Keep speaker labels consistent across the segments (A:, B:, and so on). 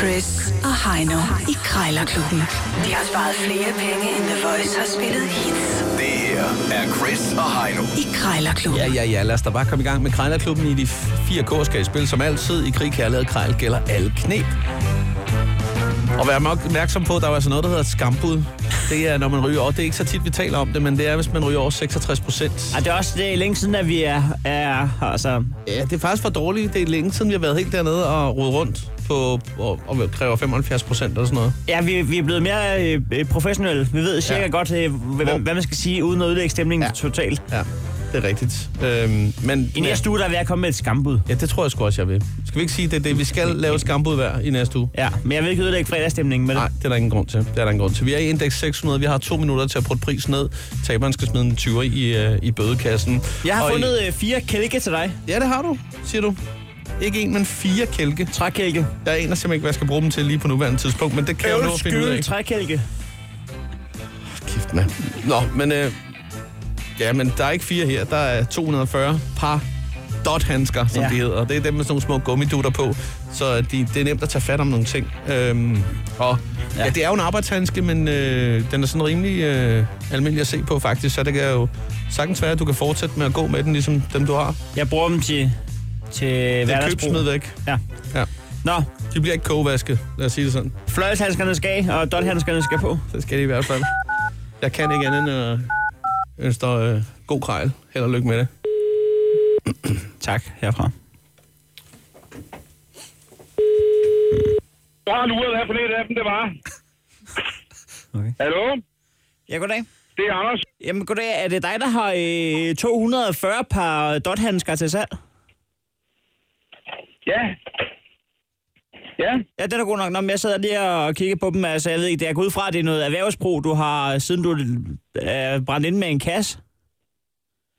A: Chris og Heino i Krejlerklubben. De har sparet flere penge, end The Voice har spillet hits
B: Det her er Chris og Heino.
A: i Krejlerklubben.
C: Ja, ja, ja. Lad os da bare komme i gang med Krejlerklubben i de fire k skal i spil. Som altid i krig, kærlighed og krejl gælder alle knep. Og vær nok opmærksom på, at der er altså noget, der hedder et skambud. Det er, når man ryger over. Det er ikke så tit, vi taler om det, men det er, hvis man ryger over 66 procent.
D: Og det er også det er længe siden, at vi er, er altså,
C: Ja, det er faktisk for dårligt. Det er længe siden, vi har været helt dernede og rodet rundt på og, og kræver 75 procent eller sådan noget.
D: ja, vi, vi er blevet mere øh, øh, professionelle. Vi ved cirka
C: Ja.
D: ja. godt, øh,
C: Hvor-
D: hvad, hvad man skal sige, uden at ødelægge stemningen
C: Ja.
D: ja. totalt.
C: Ja, det er rigtigt. Øhm, men,
D: I næste uge, der er ved at komme med et skambud.
C: Ja, det tror jeg sgu også, jeg vil. Skal vi ikke sige, det er det, vi skal lave et skambud hver i næste uge?
D: Ja, men jeg vil ikke ødelægge fredagsstemningen med det.
C: Nej, det er der ingen grund til. Det er der ingen grund til. Vi er i indeks 600. Vi har to minutter til at putte prisen ned. Taberen skal smide en 20 i, øh, i bødekassen.
D: Jeg har
C: Og
D: fundet øh, fire kælke til dig.
C: I... Ja, det har du, siger du. Ikke en, men fire kælke.
D: Trækælke.
C: Jeg aner simpelthen ikke, hvad jeg skal bruge dem til lige på nuværende tidspunkt, men det kan jeg jo nå at finde ud af.
D: Øvskyld trækælke.
C: Kæft, mand. Nå, men... Øh, ja, men der er ikke fire her. Der er 240 par dothandsker, som ja.
D: Ja.
C: de hedder. Og det er dem med sådan nogle små gummidutter på. Så øh, de, det er nemt at tage fat om nogle ting. Øhm, og ja. ja, det er jo en arbejdshandske, men øh, den er sådan rimelig øh, almindelig at se på faktisk. Så det kan jo sagtens være, at du kan fortsætte med at gå med den, ligesom dem du har.
D: Jeg bruger dem til, til
C: Det er køb,
D: hverdagsbrug.
C: smid væk.
D: Ja.
C: Ja.
D: Nå,
C: De bliver ikke kogevasket, lad os sige det sådan.
D: fløjelshandskerne skal af, og dothandskerne skal på.
C: Det skal de i hvert fald. Jeg kan ikke andet end at ønske dig øh, god krejl. Held og lykke med det.
D: Tak herfra.
E: Jeg har luret her på nettet af dem, det var.
D: Okay.
E: Hallo?
D: Ja, goddag.
E: Det er Anders.
D: Jamen, goddag. Er det dig, der har øh, 240 par dothandsker til salg?
E: Ja. Ja,
D: Ja, den er god nok. Nå, men jeg sad lige og kiggede på dem. Altså, jeg ved ikke, det er gået ud fra, at det er noget erhvervsbrug, du har, øh, siden du er brændt ind med en kasse.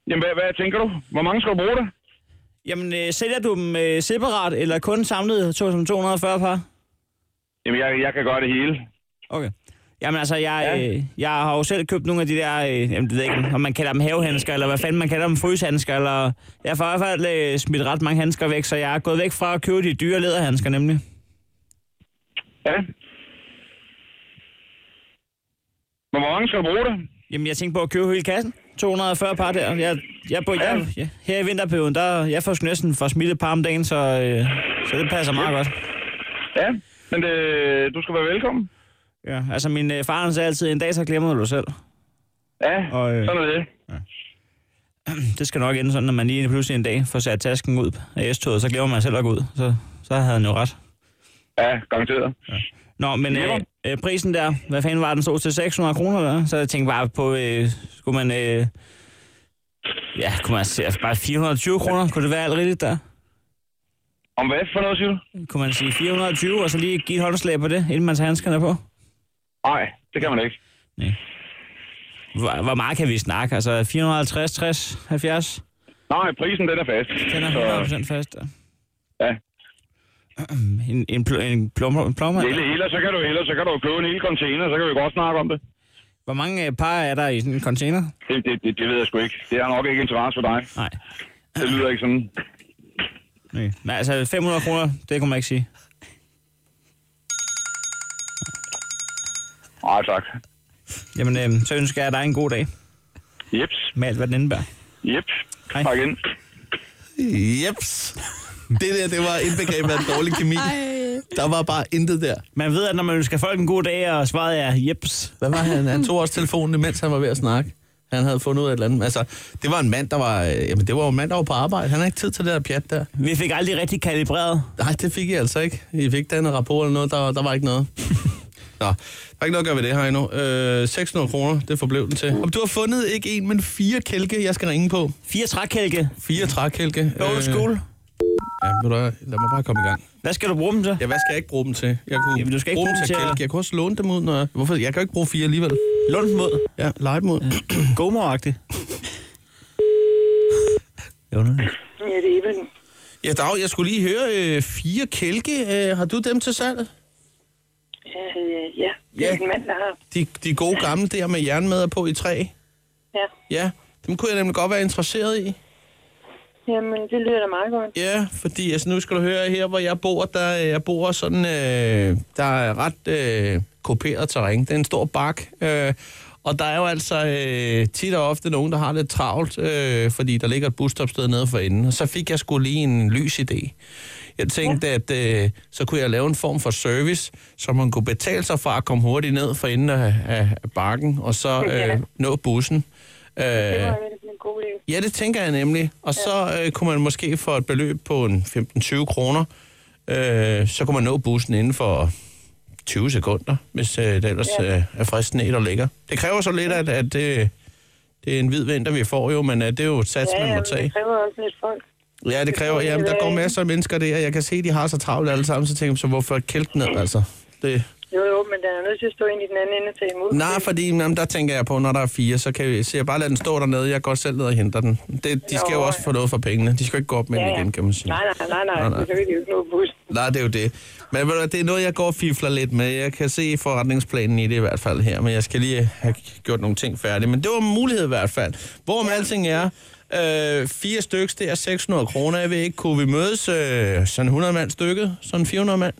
E: jamen hvad, hvad tænker du? Hvor mange skal du bruge det?
D: Jamen, øh, sælger du dem øh, separat, eller kun samlet to, som 240 par?
E: Jamen jeg, jeg kan gøre det hele.
D: Okay. Jamen altså, jeg, ja. øh, jeg har jo selv købt nogle af de der, øh, jamen, det ved jeg ikke, om man kalder dem havehandsker, eller hvad fanden man kalder dem, fryshandsker, eller... Jeg har i hvert fald øh, smidt ret mange handsker væk, så jeg er gået væk fra at købe de dyre læderhandsker, nemlig.
E: Ja. Men hvor mange skal du bruge det?
D: Jamen, jeg tænkte på at købe hele kassen. 240 par der. Jeg, jeg, bor, jeg, jeg, her i vinterperioden, der, jeg får sgu næsten for smidt et par om dagen, så, øh, så det passer meget godt.
E: Ja, men øh, du skal være velkommen.
D: Ja, altså min øh, far han sagde altid, en dag så glemmer du dig selv.
E: Ja,
D: Og, øh,
E: sådan er det.
D: Det skal nok ende sådan, at man lige pludselig en dag får sat tasken ud af S-toget, så glemmer man selv at gå ud. Så, så havde han jo ret.
E: Ja, garanteret.
D: Nå, men øh, øh, prisen der, hvad fanden var den stod til 600 kroner der? Så jeg tænkte bare på, øh, skulle man... Øh, ja, kunne man se, altså bare 420 kroner, kunne det være alt rigtigt der?
E: Om hvad for noget, siger du?
D: kunne man sige 420, og så lige give et håndslag på det, inden man tager handskerne på?
E: Nej, det kan man ikke.
D: Hvor, hvor meget kan vi snakke? Altså 450, 60, 70?
E: Nej, prisen den er fast.
D: Den er 100% fast.
E: ja.
D: En, en, pl- en plom, plommer?
E: Eller, eller, så kan du, eller så kan du jo købe en hel container, så kan vi godt snakke om det.
D: Hvor mange øh, par er der i sådan en container?
E: Det, det, det, det ved jeg sgu ikke. Det har nok ikke interesse for dig.
D: Nej.
E: Det lyder ikke sådan.
D: Nej. Men altså 500 kroner, det kunne man ikke sige.
E: Nej, tak.
D: Jamen, øh, så ønsker jeg dig en god dag.
E: Jeps.
D: Med alt, hvad den indebærer.
E: Jep.
D: Hej.
E: Tak igen.
C: Jeps. Det der, det var indbegrebet af en dårlig kemi. Der var bare intet der.
D: Man ved, at når man ønsker folk en god dag, og svaret er, jeps.
C: Hvad var han? Han tog også telefonen, mens han var ved at snakke. Han havde fundet ud af et eller andet. Altså, det var en mand, der var... øh, Jamen, det var jo en mand, der var på arbejde. Han har ikke tid til det der pjat der.
D: Vi fik aldrig rigtig kalibreret.
C: Nej, det fik I altså ikke. I fik dannet rapport eller noget. Der, der var ikke noget. Nå, der er ikke noget at gøre ved det her endnu. Øh, 600 kroner, det forblev den til. Om du har fundet ikke en, men fire kælke, jeg skal ringe på.
D: Fire trækælke.
C: Fire trækælke. Øh,
D: Old school.
C: ja, ved du hvad, lad mig bare komme i gang.
D: Hvad skal du bruge dem til?
C: Ja, hvad skal jeg ikke bruge dem til? Jeg kunne
D: Jamen, du skal ikke
C: bruge
D: bruge
C: dem
D: dem
C: til,
D: til at-
C: kælke. Jeg kunne også låne dem ud, når jeg... Hvorfor? Jeg kan jo ikke bruge fire alligevel.
D: Lund mod.
C: Ja, lege dem ud.
D: Gomoragtigt. Jo,
F: Ja, det er Eben.
C: Ja, Dag, jeg skulle lige høre øh, fire kælke. Øh, har du dem til salg?
F: Øh, ja, det
C: Ja.
F: er en mand, der har.
C: De, de gode gamle der med jernmader på i træ.
F: Ja.
C: Ja, dem kunne jeg nemlig godt være interesseret i.
F: Jamen, det lyder da meget godt.
C: Ja, fordi altså, nu skal du høre her, hvor jeg bor, der øh, jeg bor sådan, øh, der er ret øh, koperet terræn. Det er en stor bak, øh, og der er jo altså øh, tit og ofte nogen, der har lidt travlt, øh, fordi der ligger et busstopsted nede for enden. Og så fik jeg sgu lige en lys idé. Jeg tænkte, ja. at øh, så kunne jeg lave en form for service, så man kunne betale sig fra at komme hurtigt ned for enden af, af af bakken, og så
F: Ja.
C: øh, nå bussen.
F: Det
C: Øh,
F: var øh. en god idé.
C: Ja, det tænker jeg nemlig. Og så øh, kunne man måske for et beløb på en 15-20 kroner, øh, så kunne man nå bussen inden for 20 sekunder, hvis øh, det ellers øh, er frisk sne, der ligger. Det kræver så lidt, at, at det, det er en hvid vinter, vi får jo, men øh, det er jo et sats,
F: Ja,
C: man må
F: jamen,
C: tage.
F: det kræver også lidt folk.
C: Ja, det kræver. Jamen, der går masser af mennesker der, og jeg kan se, at de har så travlt alle sammen, så tænker jeg, så hvorfor kælt ned, altså? Det.
F: Jo, jo, men der er nødt til at stå ind i den anden ende og tage imod.
C: Nej, fordi jamen, der tænker jeg på, når der er fire, så kan vi, så jeg bare lade den stå dernede, jeg går selv ned og henter den. Det, de skal jo
F: Nå,
C: også få noget for pengene. De skal jo ikke gå op med den igen, kan man sige.
F: Nej, nej, nej, nej.
C: Nej, nej.
F: Det kan vi jo ikke nå bus.
C: Nej, det er jo det. Men ved du hvad, det er noget, jeg går og fifler lidt med. Jeg kan se forretningsplanen i det i hvert fald her, men jeg skal lige have gjort nogle ting færdige. Men det var en mulighed i hvert fald. Hvorom alting er, øh, fire stykker, det er 600 kroner. Jeg ved ikke, kunne vi mødes øh, sådan 100 mand stykket? Sådan 400 mand?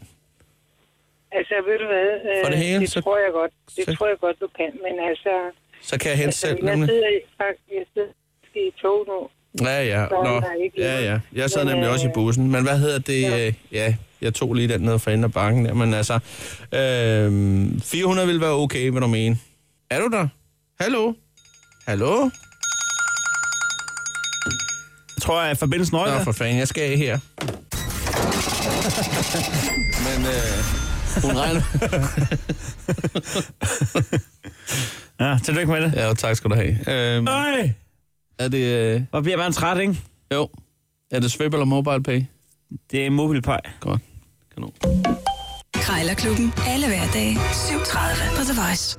F: Altså, ved du hvad? øh,
C: For det hele,
F: det
C: så-
F: tror jeg godt. Det
C: så-
F: tror jeg godt, du kan. Men altså,
C: Så kan jeg hente
F: altså
C: selv,
F: jeg
C: nemlig.
F: sidder i, faktisk, jeg sidder i tog nu.
C: Ja, ja.
F: er
C: Nå.
F: der ikke
C: ja, ja.
F: noget.
C: Jeg sad
F: Men,
C: nemlig
F: øh,
C: også i bussen. Men hvad hedder det?
F: ja.
C: øh, Ja, jeg tog lige den ned fra enden af bakken der. Men altså, øh, 400 ville være okay, vil du mene. Er du der? Hallo? Hallo?
D: Jeg tror, jeg er forbindelsen
C: Nå,
D: nøgler.
C: for fanden, jeg skal af her. Men øh, hun regner...
D: Ja, tillykke med det.
C: ja, jo, tak skal du have. Øh,
D: Øj!
C: er det... Øh,
D: Hvor bliver man træt, ikke?
C: jo. Er det Svip eller Mobile Pay?
D: Det er mobilpej.
C: Godt. Kanon.
A: Krejlerklubben. Alle hverdage. 7.30 på The Voice.